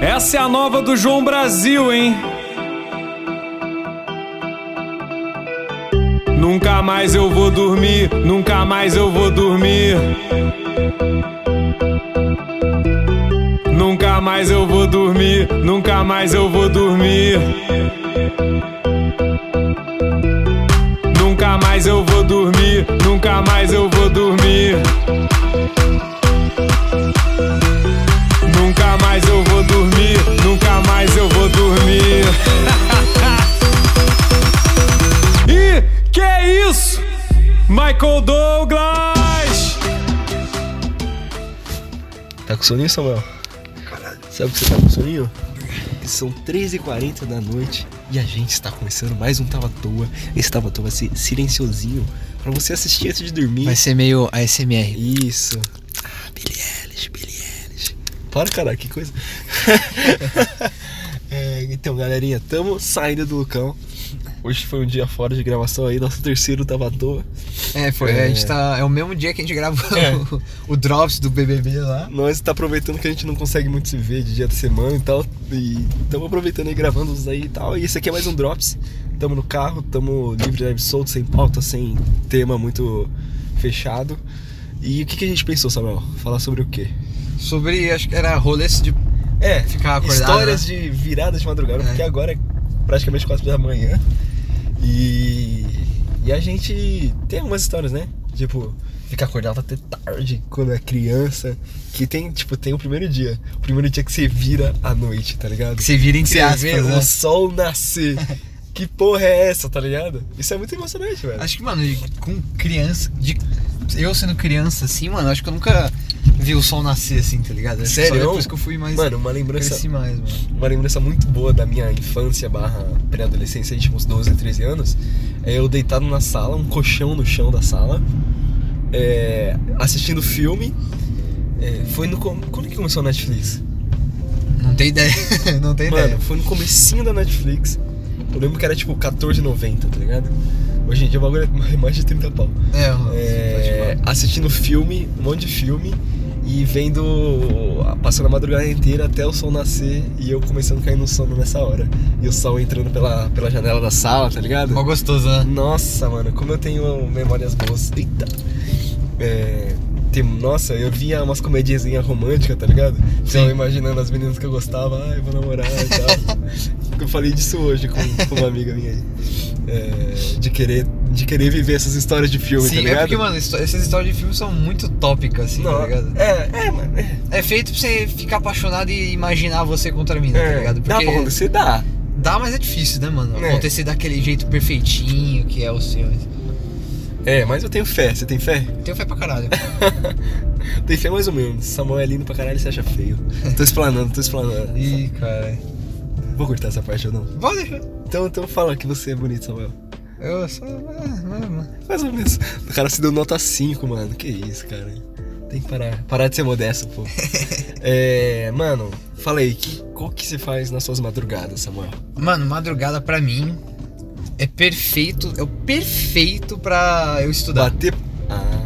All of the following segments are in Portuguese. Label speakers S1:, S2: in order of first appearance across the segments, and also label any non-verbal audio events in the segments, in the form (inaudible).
S1: Essa é a nova do João Brasil, hein? Nunca mais eu vou dormir, nunca mais eu vou dormir. Nunca mais eu vou dormir, nunca mais eu vou dormir. Nunca mais eu vou dormir, nunca mais eu vou dormir. Nunca mais eu vou dormir, nunca mais eu vou dormir. (laughs) e que é isso? Michael Douglas!
S2: Tá com soninho, Samuel? Sabe que você tá com soninho? São 13h40 da noite e a gente está começando mais um Tava à Toa. Esse Tava à Toa vai ser silenciosinho pra você assistir antes de dormir.
S3: Vai ser meio ASMR.
S2: Isso. Ah, Billie Eilish, Billie Eilish. Para, caralho,
S3: (laughs)
S2: que coisa. É, então, galerinha, tamo saindo do Lucão. Hoje foi um dia fora de gravação aí, nosso terceiro Tava à Toa.
S3: É, foi. A gente tá. É o mesmo dia que a gente gravou
S2: É.
S3: (laughs) o, o Drops do BBB lá.
S2: Nós tá aproveitando que a gente não consegue muito se ver de dia da semana e tal. E estamos aproveitando e gravando os aí e tal. E esse aqui é mais um Drops. Tamo no carro, tamo livre, leve, solto, sem pauta, sem tema muito fechado. E o que, que a gente pensou, Samuel? Falar sobre o quê?
S3: Sobre. Acho que era rolês de.
S2: É,
S3: Ficar acordado, né?
S2: histórias de viradas de madrugada,
S3: É.
S2: porque agora é praticamente quatro da manhã. E. E a gente tem algumas histórias, né? Tipo, ficar acordado até tarde quando é criança. Que tem, tipo, tem o primeiro dia. O primeiro dia que você vira à noite, tá ligado?
S3: Que você vira entre
S2: Você
S3: aspas,
S2: vê
S3: né?
S2: o sol nascer.
S3: (laughs)
S2: que porra é essa, tá ligado? Isso é muito emocionante, velho.
S3: Acho que, mano, de- com criança. De, eu sendo criança, assim, mano, acho que eu nunca vi o sol nascer assim, tá ligado? Acho que
S2: Sério?
S3: Só depois que eu fui mais.
S2: Mano, uma lembrança.
S3: cresci mais, mano.
S2: uma lembrança muito boa da minha infância barra pré-adolescência, aí, tipo uns 12, 13 anos, é eu deitado na sala, um colchão no chão da sala, é, assistindo filme. É, foi no. com- Quando que começou a Netflix?
S3: Não tem ideia. (laughs) Não tem
S2: Mano,
S3: ideia.
S2: foi no comecinho da Netflix. Eu lembro que era tipo 14,90, tá ligado? Hoje em dia o bagulho é mais de 30 pau.
S3: É, mano,
S2: É,
S3: pode falar.
S2: assistindo filme, um monte de filme e vendo passando a madrugada inteira até o sol nascer e eu começando a cair no sono nessa hora. E o sol entrando pela, pela janela da sala, tá ligado?
S3: Mó gostoso, né?
S2: Nossa, mano, como eu tenho memórias boas. Eita. É, tem- nossa, eu via umas comediazinhas românticas, tá ligado? Então, eu imaginando as meninas que eu gostava, ah, eu vou namorar e
S3: (laughs)
S2: tal. eu falei disso hoje com, com uma amiga minha aí. É, de, querer, de querer viver essas histórias de filme, tá
S3: Sim,
S2: ligado?
S3: é porque, mano, histó- essas histórias de filme são muito tópicas, assim,
S2: Não,
S3: tá ligado?
S2: É, é, mano. É,
S3: É feito pra você ficar apaixonado e imaginar você contra mim, tá ligado?
S2: É. Dá pra acontecer? Dá.
S3: dá, mas é difícil, né, mano?
S2: É.
S3: Acontecer daquele jeito perfeitinho que é o seu.
S2: É, mas eu tenho fé. Você tem fé?
S3: Tenho fé pra caralho.
S2: tem fé mais ou menos. Samuel é lindo pra caralho e você acha feio. Tô explanando, tô
S3: (laughs)
S2: explanando.
S3: Ih, cara.
S2: Vou cortar essa parte ou não?
S3: Pode deixar.
S2: Então, então fala que você é bonito, Samuel.
S3: Eu só. é, Ah,
S2: Mais ou menos. O cara se deu nota 5, mano. Que isso, cara. Tem que parar. Parar de ser modesto,
S3: (laughs)
S2: pô. é, mano, fala aí. Que, qual que você faz nas suas madrugadas, Samuel?
S3: Mano, madrugada pra mim é perfeito. É o perfeito pra eu estudar.
S2: Bater... Ah...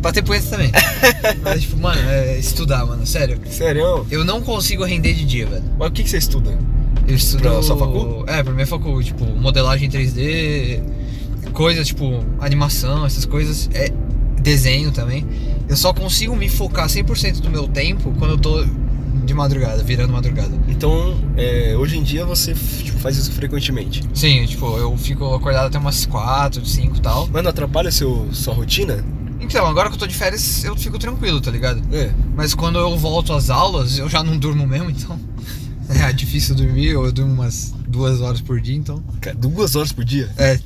S3: Bater poeta também. (laughs) mas, tipo, mano, é estudar, mano. Sério.
S2: Sério?
S3: Eu não consigo render de dia, velho.
S2: Mas o que, que você estuda?
S3: Eu estudo.
S2: Pra sua facu?
S3: É, pra minha facu, tipo, modelagem 3D, coisas tipo animação, essas coisas, é, desenho também. Eu só consigo me focar 100% do meu tempo quando eu tô de madrugada, virando madrugada.
S2: Então, é, hoje em dia você tipo, faz isso frequentemente.
S3: Sim, tipo, eu fico acordado até umas 4, 5 e tal.
S2: Mas não atrapalha seu, sua rotina?
S3: Então, agora que eu tô de férias, eu fico tranquilo, tá ligado?
S2: É.
S3: Mas quando eu volto às aulas, eu já não durmo mesmo, então. (laughs) É difícil dormir, eu durmo umas duas horas por dia, então.
S2: Cara, duas horas por dia?
S3: É,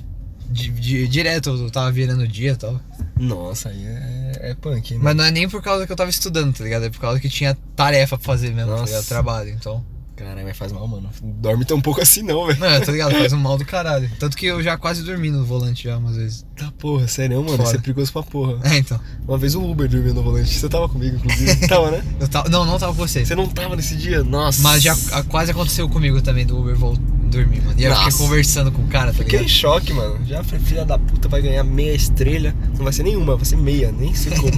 S3: di- di- direto, eu tava virando o dia e tal.
S2: Nossa, aí é, é punk, hein?
S3: Mas não é nem por causa que eu tava estudando, tá ligado? É por causa que tinha tarefa pra fazer mesmo, tá
S2: Nossa.
S3: ligado? Trabalho, então.
S2: Caralho, mas faz mal, mano. Não Dorme tão pouco assim não, velho.
S3: Mano, tá ligado? Faz um mal do caralho. Tanto que eu já quase dormi no volante já umas vezes.
S2: Tá porra, sério, mano.
S3: Foda.
S2: Isso é perigoso pra porra.
S3: É, então.
S2: Uma vez o Uber dormiu no volante. Você tava comigo, inclusive. (laughs) tava, né?
S3: Eu tava. Não, não tava com vocês.
S2: Você não tava nesse dia? Nossa.
S3: Mas já a- quase aconteceu comigo também do Uber vol- dormir, mano. E eu
S2: Nossa.
S3: fiquei conversando com o cara, tá
S2: Fiquei
S3: ligado?
S2: em choque, mano. Já falei, filha da (laughs) puta vai ganhar meia estrelha. Não vai ser nenhuma, vai ser meia. Nem sei como.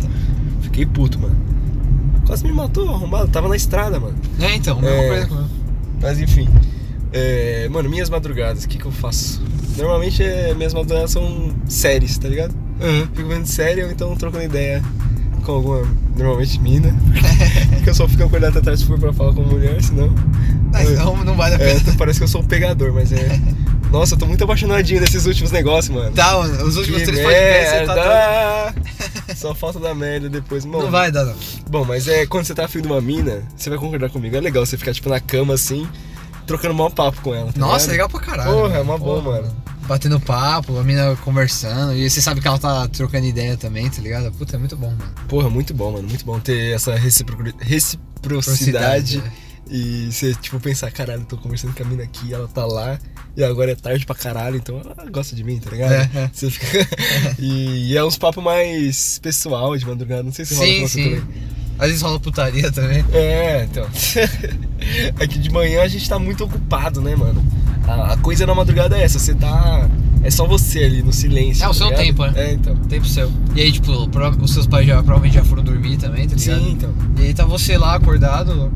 S2: Fiquei puto, mano. Quase me matou, arrombado. Tava na estrada, mano.
S3: É, então, mesma
S2: É.
S3: coisa comigo.
S2: Mas enfim. É, mano, minhas madrugadas, o que, que eu faço? Normalmente é, minhas madrugadas são séries, tá ligado?
S3: Uhum.
S2: Fico vendo série ou então trocando ideia com alguma, normalmente
S3: (laughs)
S2: mina. que eu só fico acordado até tarde se for pra falar com mulher, senão.
S3: Mas não, então, não vale a
S2: É,
S3: (laughs) pena.
S2: parece que eu sou o pegador, mas é. Nossa, eu tô muito apaixonadinho nesses últimos negócios, mano.
S3: Tá, mano, os
S2: Que
S3: últimos três podcasts você tá todo-
S2: merda! Só falta da merda depois, mano.
S3: Não vai dar, não.
S2: Bom, mas é quando você tá afim de uma mina, você vai concordar comigo. É legal você ficar, tipo, na cama assim, trocando maior papo com ela. tá
S3: Nossa,
S2: ligado?
S3: legal pra caralho.
S2: Porra, é uma boa, mano.
S3: Batendo papo, a mina conversando, e você sabe que ela tá trocando ideia também, tá ligado? Puta, é muito bom, mano.
S2: Porra, muito bom, mano. Muito bom ter essa reciprocru- reciprocidade.
S3: é.
S2: E você, tipo, pensar, caralho, tô conversando com a mina aqui, ela tá lá, e agora é tarde pra caralho, então ela gosta de mim, tá ligado?
S3: É, é.
S2: Você fica. (laughs) e, e é uns papos mais pessoal de madrugada, não sei se rola com
S3: Sim,
S2: você
S3: sim.
S2: também.
S3: Às vezes rola putaria também.
S2: É, então. (laughs) é que de manhã a gente tá muito ocupado, né, mano? A, a coisa na madrugada é essa, você tá. É só você ali no silêncio.
S3: É o
S2: tá
S3: seu
S2: ligado?
S3: tempo, né?
S2: É, então.
S3: Tempo seu. E aí, tipo, prova- os seus pais já, provavelmente já foram dormir também, tá ligado?
S2: Sim, então.
S3: E aí tá você lá acordado.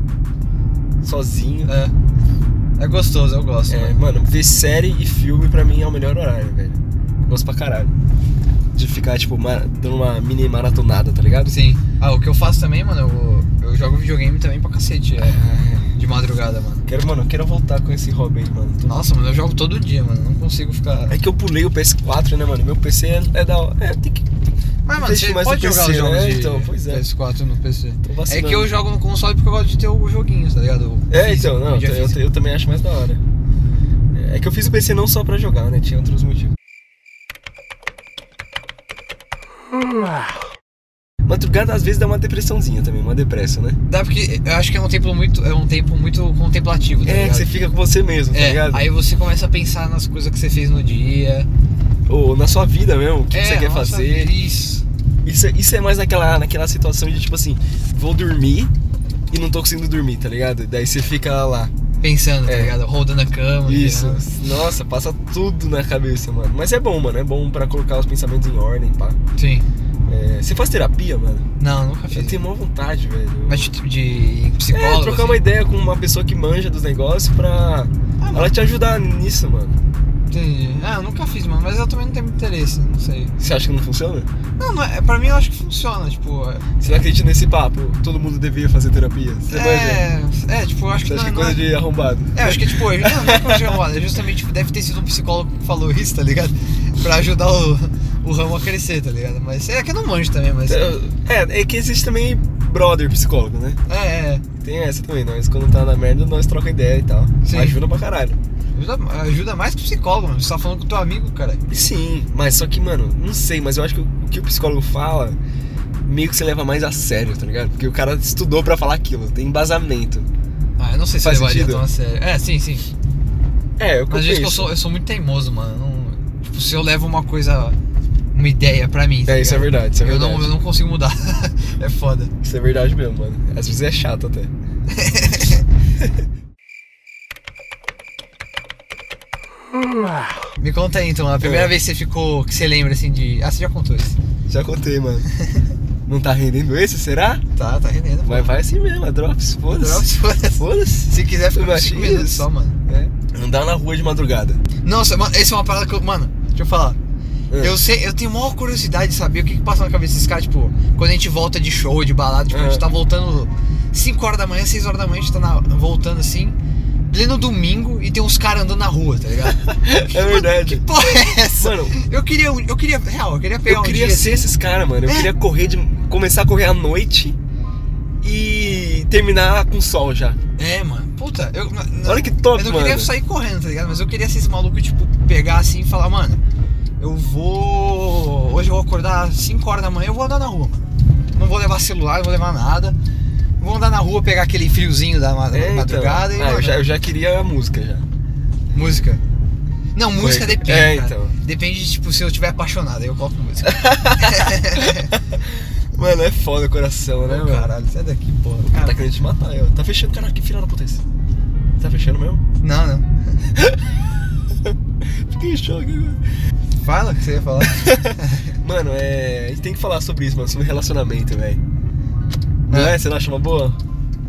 S2: Sozinho.
S3: É. É gostoso, eu gosto.
S2: É,
S3: mano.
S2: mano, ver série e filme pra mim é o melhor horário, velho. Gosto pra caralho. De ficar, tipo, mara- dando uma mini maratonada, tá ligado?
S3: Sim. Ah, o que eu faço também, mano, eu, eu jogo videogame também pra cacete. É,
S2: Ah,
S3: de madrugada, mano.
S2: quero, mano, eu quero voltar com esse hobby aí, mano. Tô-
S3: Nossa, mano, eu jogo todo dia, mano. Não consigo ficar.
S2: É que eu pulei o PS4, né, mano? Meu PC é, é da hora. É, tem que.
S3: Mas, mano,
S2: Deixa
S3: você
S2: mais
S3: pode
S2: no
S3: jogar
S2: PC,
S3: os jogos
S2: né?
S3: de
S2: Então, pois é.
S3: PS4 no PC.
S2: Tô
S3: É
S2: vacilando.
S3: que eu jogo no console porque eu gosto de ter o joguinho, tá ligado? O
S2: É,
S3: físico,
S2: então, não,
S3: mídia
S2: eu, eu-
S3: física.
S2: eu também acho mais da hora. É que eu fiz o PC não só pra jogar, né? Tinha outros motivos. Madrugada às vezes dá uma depressãozinha também, uma depressa, né?
S3: Dá porque eu acho que é um tempo muito, é um tempo muito contemplativo, tá
S2: É, que
S3: ligado?
S2: você fica com você mesmo, tá
S3: É,
S2: ligado?
S3: aí você começa a pensar nas coisas que você fez no dia.
S2: Ou na sua vida mesmo, o que,
S3: É,
S2: que você quer
S3: nossa,
S2: fazer.
S3: Isso.
S2: Isso, é- isso é mais naquela, naquela situação de tipo assim, vou dormir e não tô conseguindo dormir, tá ligado? Daí você fica lá.
S3: Pensando, tá
S2: É.
S3: ligado? Rodando a cama. tá
S2: Isso.
S3: ligado?
S2: Nossa, passa tudo na cabeça, mano. Mas é bom, mano. É bom pra colocar os pensamentos em ordem, pá.
S3: Sim.
S2: É, você faz terapia, mano?
S3: Não, nunca
S2: Eu
S3: fiz.
S2: tenho maior vontade, velho.
S3: Mas tipo de
S2: É,
S3: psicólogo. assim.
S2: trocar uma ideia com uma pessoa que manja dos negócios pra
S3: Ah, mano.
S2: ela te ajudar nisso, mano.
S3: Entendi. Ah, eu nunca fiz, mano. Mas eu também não tenho interesse, não sei.
S2: Você acha que não funciona?
S3: Não, não é, pra mim eu acho que funciona, tipo. é-
S2: Você não acredita nesse papo? Todo mundo devia fazer terapia. Você manja?
S3: É, é, tipo, eu acho que
S2: Você acha
S3: não,
S2: que é
S3: não
S2: coisa
S3: é-
S2: de arrombado?
S3: É, acho que tipo, eu- não, não é coisa de arrombado, é justamente tipo, deve ter sido um psicólogo que falou isso, tá ligado? Pra ajudar o, o ramo a crescer, tá ligado? Mas é que eu não manjo também, mas. É,
S2: É, é que existe também brother psicólogo, né?
S3: é.
S2: Tem essa também, nós quando tá na merda, nós troca ideia e tal.
S3: Sim.
S2: Ajuda pra caralho.
S3: Ajuda, ajuda mais que o psicólogo, mano. Você tá falando com o teu amigo, cara.
S2: Sim, mas só que, mano, não sei, mas eu acho que o o que o psicólogo fala meio que você leva mais a sério, tá ligado? Porque o cara estudou pra falar aquilo, tem embasamento.
S3: Ah, eu não sei se
S2: Faz
S3: levaria
S2: sentido?
S3: tão a sério. É, sim, sim.
S2: É, eu
S3: Mas
S2: confesso.
S3: gente, que eu sou, eu sou muito teimoso, mano. Eu não- tipo, se eu levo uma coisa, uma ideia pra mim. tá
S2: É, isso é
S3: ligado?
S2: verdade, isso é
S3: eu
S2: verdade.
S3: não, eu não consigo mudar. (laughs) é foda.
S2: Isso é verdade mesmo, mano. Às vezes é chato até.
S3: Me conta aí então, a
S2: É.
S3: primeira vez que você ficou. que você lembra assim de. Ah, você já contou isso.
S2: Já contei,
S3: (laughs)
S2: mano. não tá rendendo esse, será?
S3: Tá, tá rendendo. pô.
S2: Mas vai assim mesmo, é drops, foda-se.
S3: Drops, foda-se.
S2: Foda-se.
S3: Se quiser,
S2: Eu
S3: fica
S2: achei
S3: 5 minutos
S2: isso.
S3: só, mano.
S2: É. Andar na rua
S3: (laughs)
S2: de madrugada.
S3: Nossa, mano, essa é uma parada que eu. Mano, deixa eu falar.
S2: É.
S3: Eu sei, eu tenho maior curiosidade de saber o que, que passa na cabeça desses caras, tipo, quando a gente volta de show, de balada, tipo, a
S2: É.
S3: gente tá voltando 5 horas da manhã, 6 horas da manhã, a gente tá na- voltando assim, pleno domingo, e tem uns caras andando na rua, tá
S2: (laughs)
S3: ligado?
S2: É verdade.
S3: Que porra é essa?
S2: Mano,
S3: Eu queria, um- eu queria, real, eu queria pegar
S2: Eu
S3: um
S2: queria
S3: dia
S2: ser esses caras, mano. Eu
S3: É.
S2: queria correr de. começar a correr à noite e terminar com sol já.
S3: É, mano. Puta, eu. n-
S2: Olha que top,
S3: Eu não
S2: mano.
S3: queria sair correndo, tá ligado? Mas eu queria ser esse maluco, tipo, pegar assim e falar, mano, eu vou. Hoje eu vou acordar às 5 horas da manhã, eu vou andar na rua, mano. Não vou levar celular, não vou levar nada. Vou andar na rua, pegar aquele friozinho da ma-
S2: É, então.
S3: madrugada e.
S2: Ah, eu,
S3: mano,
S2: já, eu já queria a música já.
S3: Música. Não, música
S2: Foi-
S3: depende.
S2: É,
S3: cara.
S2: então.
S3: Depende de, tipo, se eu estiver apaixonado, aí eu coloco
S2: (laughs)
S3: música.
S2: Mano, é foda o coração, né,
S3: Ô,
S2: mano?
S3: caralho, sai daqui, porra.
S2: Tá querendo te matar, eu. Tá fechando, caraca, que filha da potência. Tá fechando mesmo?
S3: Não, não.
S2: Fiquei em choque agora.
S3: Fala o que você ia
S2: (laughs)
S3: falar.
S2: Mano, é. A gente tem que falar sobre isso, mano, sobre relacionamento, velho. Não
S3: É.
S2: é? Hum. Você não acha uma boa?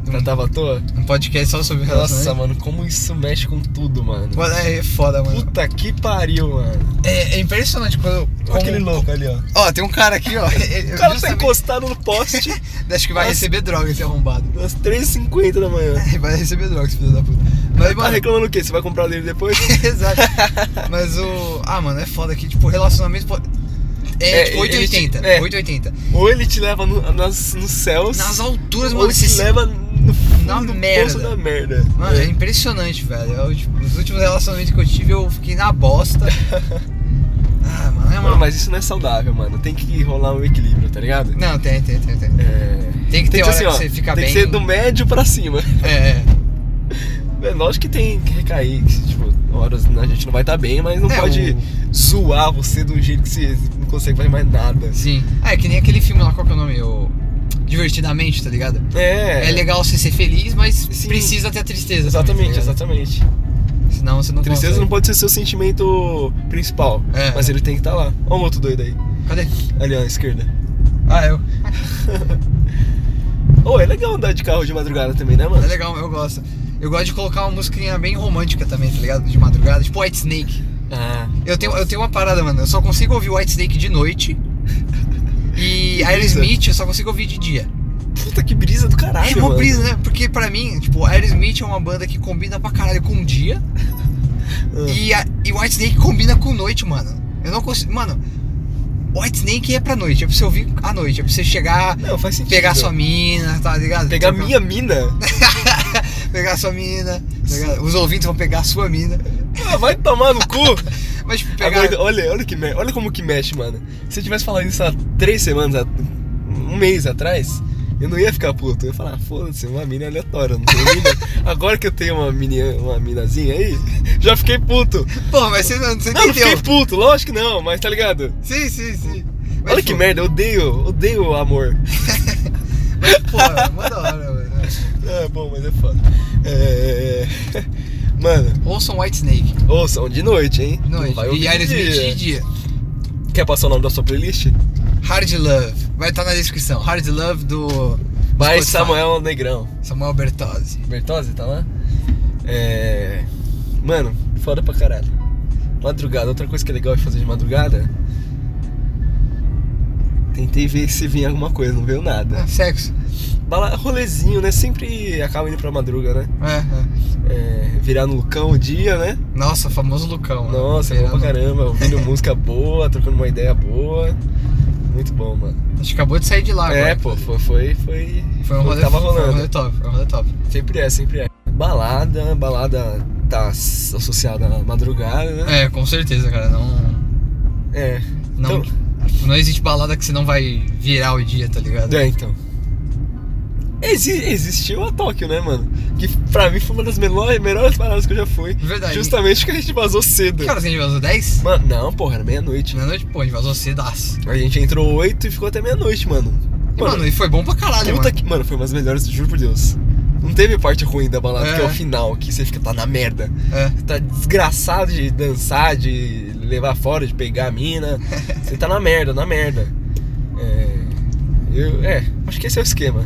S2: Tratava à toa?
S3: Um podcast só sobre
S2: Nossa,
S3: relacionamento.
S2: mano, como isso mexe com tudo, mano.
S3: Mano, é foda, mano.
S2: Puta que pariu, mano.
S3: É, é impressionante quando.
S2: Olha aquele
S3: como-
S2: louco ali, ó.
S3: Ó, tem um cara aqui, ó.
S2: (laughs) O cara tá
S3: Justamente-
S2: encostado no poste (laughs)
S3: Acho que vai
S2: Nossa.
S3: receber droga esse arrombado.
S2: às 3h50 da manhã.
S3: (laughs) Vai receber droga, esse filho da puta. Mas,
S2: Tá
S3: mano.
S2: reclamando o quê? Você vai comprar dele depois?
S3: (laughs) Exato. Mas o. Ah, mano, é foda que, tipo, relacionamento. pô- É,
S2: É,
S3: tipo,
S2: ele te-
S3: 880.
S2: é.
S3: 880.
S2: Ou ele te leva no- nas, nos céus.
S3: Nas alturas,
S2: ou
S3: mano,
S2: ele te
S3: esse.
S2: leva no fundo
S3: Na
S2: do
S3: merda.
S2: poço da merda.
S3: Mano, é
S2: É.
S3: impressionante, velho. Eu, tipo, os últimos relacionamentos que eu tive, eu fiquei na
S2: (laughs)
S3: bosta. ah, mano, é
S2: Mano,
S3: uma.
S2: mas isso não é saudável, mano. Tem que rolar um equilíbrio, tá ligado?
S3: Não, tem, tem, tem, tem.
S2: É.
S3: Né. Tem que ter hora que
S2: ó,
S3: você fica
S2: tem
S3: bem.
S2: que ser do médio pra cima. (laughs)
S3: É, é.
S2: É lógico que tem que recair, que, tipo, horas a gente não vai estar bem, mas não
S3: É,
S2: pode zoar você de um jeito que você não consegue fazer mais nada.
S3: Sim. Ah, é que nem aquele filme lá, qual que é o nome? O... Divertidamente, tá ligado?
S2: É.
S3: É, legal você ser feliz, mas
S2: Sim.
S3: precisa ter tristeza. também,
S2: Exatamente,
S3: tá ligado?
S2: exatamente.
S3: Senão você não né?
S2: Tristeza não
S3: consegue.
S2: pode ser seu sentimento principal,
S3: É.
S2: mas ele tem que estar lá. Olha um outro doido aí.
S3: Cadê?
S2: Ali, ó, à esquerda.
S3: Ah, eu.
S2: Oh, é legal andar de carro de madrugada também, né,
S3: É
S2: mano?
S3: legal, eu gosto. Eu gosto de colocar uma musiquinha bem romântica também, tá ligado? De madrugada, tipo White Snake.
S2: Ah.
S3: Eu tenho, eu tenho uma parada, mano. Eu só consigo ouvir White Snake de noite.
S2: (laughs)
S3: E
S2: Que
S3: Aerosmith eu só consigo ouvir de dia.
S2: Puta que brisa do caralho,
S3: é uma
S2: mano.
S3: brisa, né? Porque pra mim, tipo, Aerosmith é uma banda que combina pra caralho com o dia.
S2: (laughs) Ah.
S3: E, a, e White Snake combina com noite, mano. Eu não consigo. Mano, White Snake é pra noite. É pra você ouvir à noite. É pra você chegar,
S2: Não, faz sentido.
S3: pegar sua mina, tá ligado?
S2: Pegar
S3: Trocar- (laughs)
S2: minha mina?
S3: pegar sua mina. tá ligado? Os ouvintes vão pegar a sua mina.
S2: Ah, vai tomar no cu!
S3: Mas tipo, pegar.
S2: Agora, olha, olha, que, me- olha como que mexe, mano. Se eu tivesse falado isso há três semanas, há- um mês atrás, eu não ia ficar puto. Eu ia falar, "Ah, foda-se, uma mina é aleatória, não
S3: (laughs)
S2: tem mina. Agora que eu tenho uma, mini, uma minazinha aí, já
S3: (laughs)
S2: fiquei puto.
S3: Pô, mas você não, você
S2: Não, não fiquei
S3: entendeu.
S2: puto, lógico que não, mas tá ligado?
S3: Sim, sim, sim. Mas,
S2: Olha que
S3: pô,
S2: merda, eu odeio, odeio o amor.
S3: Mas, pô, é mó da hora, mano.
S2: É bom, mas é foda. É, (laughs) é, Mano,
S3: Ouçam White Snake.
S2: ouçam de noite, hein? Não
S3: Noite.
S2: vai ouvir
S3: E
S2: de
S3: Aerosmith
S2: dia.
S3: de dia.
S2: Quer passar o nome da sua playlist?
S3: Hard Love. Vai estar na descrição. Hard Love do.
S2: By
S3: Spotify.
S2: Samuel Negrão.
S3: Samuel Bertozzi.
S2: Bertozzi, tá lá? É. Mano, foda pra caralho. Madrugada, outra coisa que é legal de fazer de madrugada. Tentei ver se vinha alguma coisa, não veio nada.
S3: Ah, sexo.
S2: Bala, rolezinho, né? Sempre acaba indo pra madruga, né?
S3: É, é.
S2: É, virar no Lucão o dia, né?
S3: Nossa, famoso Lucão. né?
S2: Nossa, bom pra
S3: Virando-
S2: caramba. Ouvindo música boa, trocando uma ideia boa. Muito bom, mano.
S3: A gente acabou de sair de lá
S2: é,
S3: agora.
S2: pô, foi. Foi, foi,
S3: Foi um rolê,
S2: Tava
S3: Foi um
S2: rolando.
S3: rolê top, foi um rolê top.
S2: Sempre é, sempre é. Balada, balada tá s- associada à madrugada, né?
S3: É, com certeza, cara. Não.
S2: É.
S3: Não,
S2: Então-
S3: tipo, não existe balada que você não vai virar o dia, tá ligado?
S2: É, então. Exi- existiu a Tóquio, né, mano? Que pra mim foi uma das melo- melhores paradas que eu já fui.
S3: Verdade.
S2: Justamente que a gente vazou cedo.
S3: Que horas a gente vazou? 10?
S2: Mano, não, porra, era meia-noite.
S3: Meia-noite, pô, a gente vazou cedaço.
S2: A gente entrou 8 e ficou até meia-noite, mano.
S3: E, Mano, e foi bom pra caralho,
S2: puta
S3: mano.
S2: que. Mano, foi uma das melhores, juro por Deus. Não teve parte ruim da balada,
S3: É.
S2: que é o final, que você fica, tá na merda.
S3: É.
S2: Você tá desgraçado de dançar, de levar fora, de pegar
S3: (laughs)
S2: a mina. Você tá na merda, na merda. É, eu, é, acho que esse é o esquema.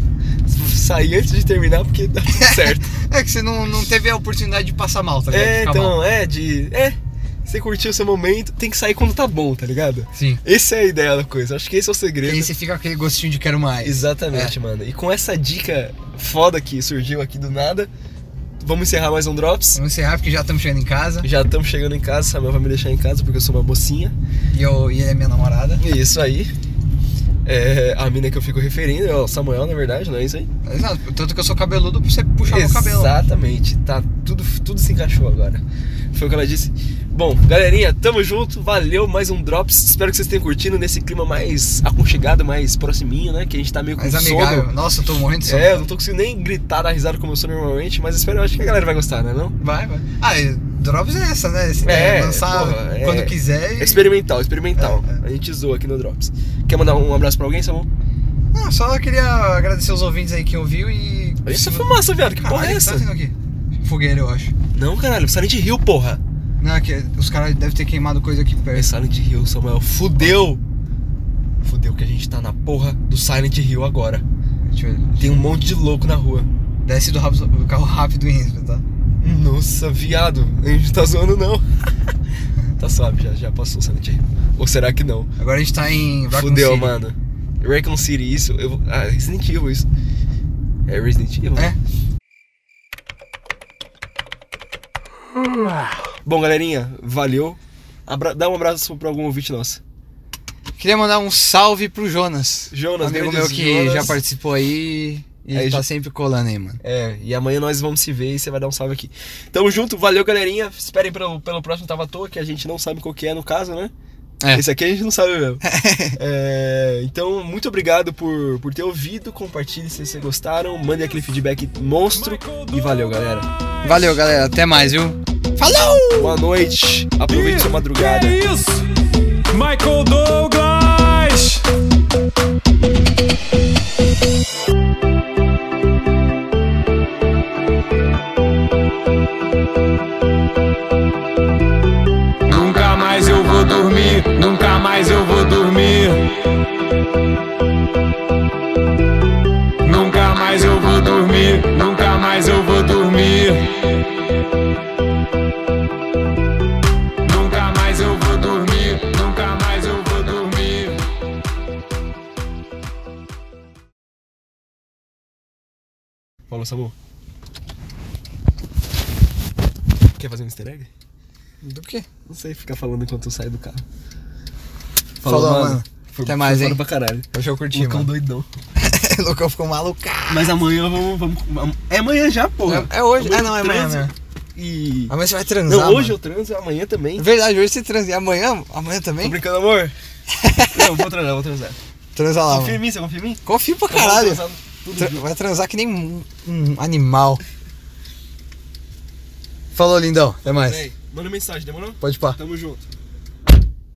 S2: Sair antes de terminar porque dá
S3: (laughs)
S2: tudo certo.
S3: É que você não, não teve a oportunidade de passar mal, tá ligado? De
S2: é,
S3: ficar mal.
S2: então, é, de. É, você curtiu o seu momento, tem que sair quando tá bom, tá ligado?
S3: Sim.
S2: Essa é a ideia da coisa, acho que esse é o
S3: E
S2: segredo.
S3: aí você fica com aquele gostinho de quero mais.
S2: Exatamente, mano. E com essa dica foda que surgiu aqui do nada, vamos encerrar mais um Drops.
S3: Vamos encerrar porque já estamos chegando em casa.
S2: Já estamos chegando em casa, Samuel vai me deixar em casa porque eu sou uma mocinha.
S3: E, eu, e ele é minha namorada.
S2: É Isso aí. É, a mina que eu fico referindo é o Samuel, na verdade, não é isso aí?
S3: Exato. Tanto que eu sou cabeludo pra você puxar meu cabelo.
S2: Exatamente. Tá, tudo, tudo se encaixou agora. Foi o que ela disse. Bom, galerinha, tamo junto. Valeu, mais um Drops. Espero que vocês tenham curtido nesse clima mais aconchegado, mais proximinho, né? Que a gente tá meio com
S3: Mas amigável.
S2: sono.
S3: Nossa, eu tô morrendo de sono.
S2: É, eu não tô conseguindo nem gritar, dar risada como eu sou normalmente, mas espero, eu acho que a galera vai gostar, né não?
S3: Vai, vai. Ah, e Drops é essa, né? Essa ideia,
S2: É,
S3: lançar
S2: porra, é.
S3: quando quiser. E...
S2: Experimental, experimental.
S3: É, é.
S2: A gente zoa aqui no Drops. Quer mandar um abraço pra alguém, Samuel?
S3: Não, Ah, só queria agradecer os ouvintes aí que ouviu e.
S2: Isso é fumaça, viado. Que
S3: Caralho,
S2: porra é
S3: o que
S2: essa?
S3: Tá tendo aqui? Fogueira, eu acho.
S2: Não, caralho, Silent Hill, porra.
S3: Não, é que os caras devem ter queimado coisa aqui
S2: É
S3: perto.
S2: Silent Hill, Samuel. Fudeu! Fudeu que a gente tá na porra do Silent Hill agora.
S3: Deixa eu ver.
S2: Tem um monte de louco na rua.
S3: Desce do rápido, do carro rápido em Rinsby, tá?
S2: Nossa, viado, a gente tá zoando não. (laughs) tá suave, já, já passou o sanitizer. Ou será que não?
S3: Agora a gente tá em Raccoon
S2: Fudeu,
S3: City.
S2: mano. Raccoon City, isso. Eu, vou- ah, Resident Evil, isso. É Resident Evil?
S3: É.
S2: Bom, galerinha, valeu. Abra- dá um abraço pra algum ouvinte nosso.
S3: Queria mandar um salve pro Jonas.
S2: Jonas,
S3: amigo meu
S2: grandes
S3: que
S2: Jonas.
S3: já participou aí e
S2: Aí,
S3: tá
S2: Jo-
S3: sempre colando aí, mano.
S2: É, e amanhã nós vamos se ver e você vai dar um salve aqui. Tamo junto, valeu, galerinha. Esperem pelo, pelo próximo Tava à Toa, que a gente não sabe qual que é no caso, né?
S3: É.
S2: Esse aqui a gente não sabe (laughs) mesmo. É, então, muito obrigado por, por ter ouvido. Compartilhe se vocês gostaram. Mande aquele feedback monstro. E valeu, galera.
S3: Valeu, galera. Até mais, viu? Falou!
S2: Boa noite. Aproveite sua madrugada.
S1: Que é isso? Michael Douglas! Nunca mais eu vou dormir, nunca mais eu vou dormir. Nunca mais eu vou dormir, nunca mais eu vou dormir. Nunca mais eu vou dormir, nunca mais eu vou dormir.
S2: Paulo Samu. Quer fazer um easter egg?
S3: Do (laughs) quê?
S2: Não sei, ficar falando enquanto eu saio do carro.
S3: Falou, mano.
S2: Foi-
S3: Até mais,
S2: foi
S3: hein?
S2: foda pra caralho.
S3: Hoje eu curti,
S2: Lucão
S3: mano.
S2: doidão.
S3: O Lucão ficou malucaço.
S2: Mas amanhã vamos, vamos- vamos- É amanhã já, porra.
S3: É, é hoje. Ah, não, é amanhã,
S2: Transo.
S3: amanhã.
S2: E.
S3: Amanhã você vai transar,
S2: Não, hoje
S3: mano.
S2: eu transo, amanhã também.
S3: É verdade, hoje você transa. E amanhã? Amanhã
S2: Tô
S3: também? (laughs)
S2: brincando, amor? Não, vou transar, vou transar.
S3: Transa lá,
S2: Confia em
S3: mano.
S2: mim, você confia em mim?
S3: Confio pra
S2: Então vamos
S3: caralho.
S2: transar tudo
S3: Tra-
S2: junto.
S3: vai transar que nem um, um animal. Falou, lindão. Até mais.
S2: Véi, Manda mensagem, demorou?
S3: Pode pá.
S2: Tamo junto.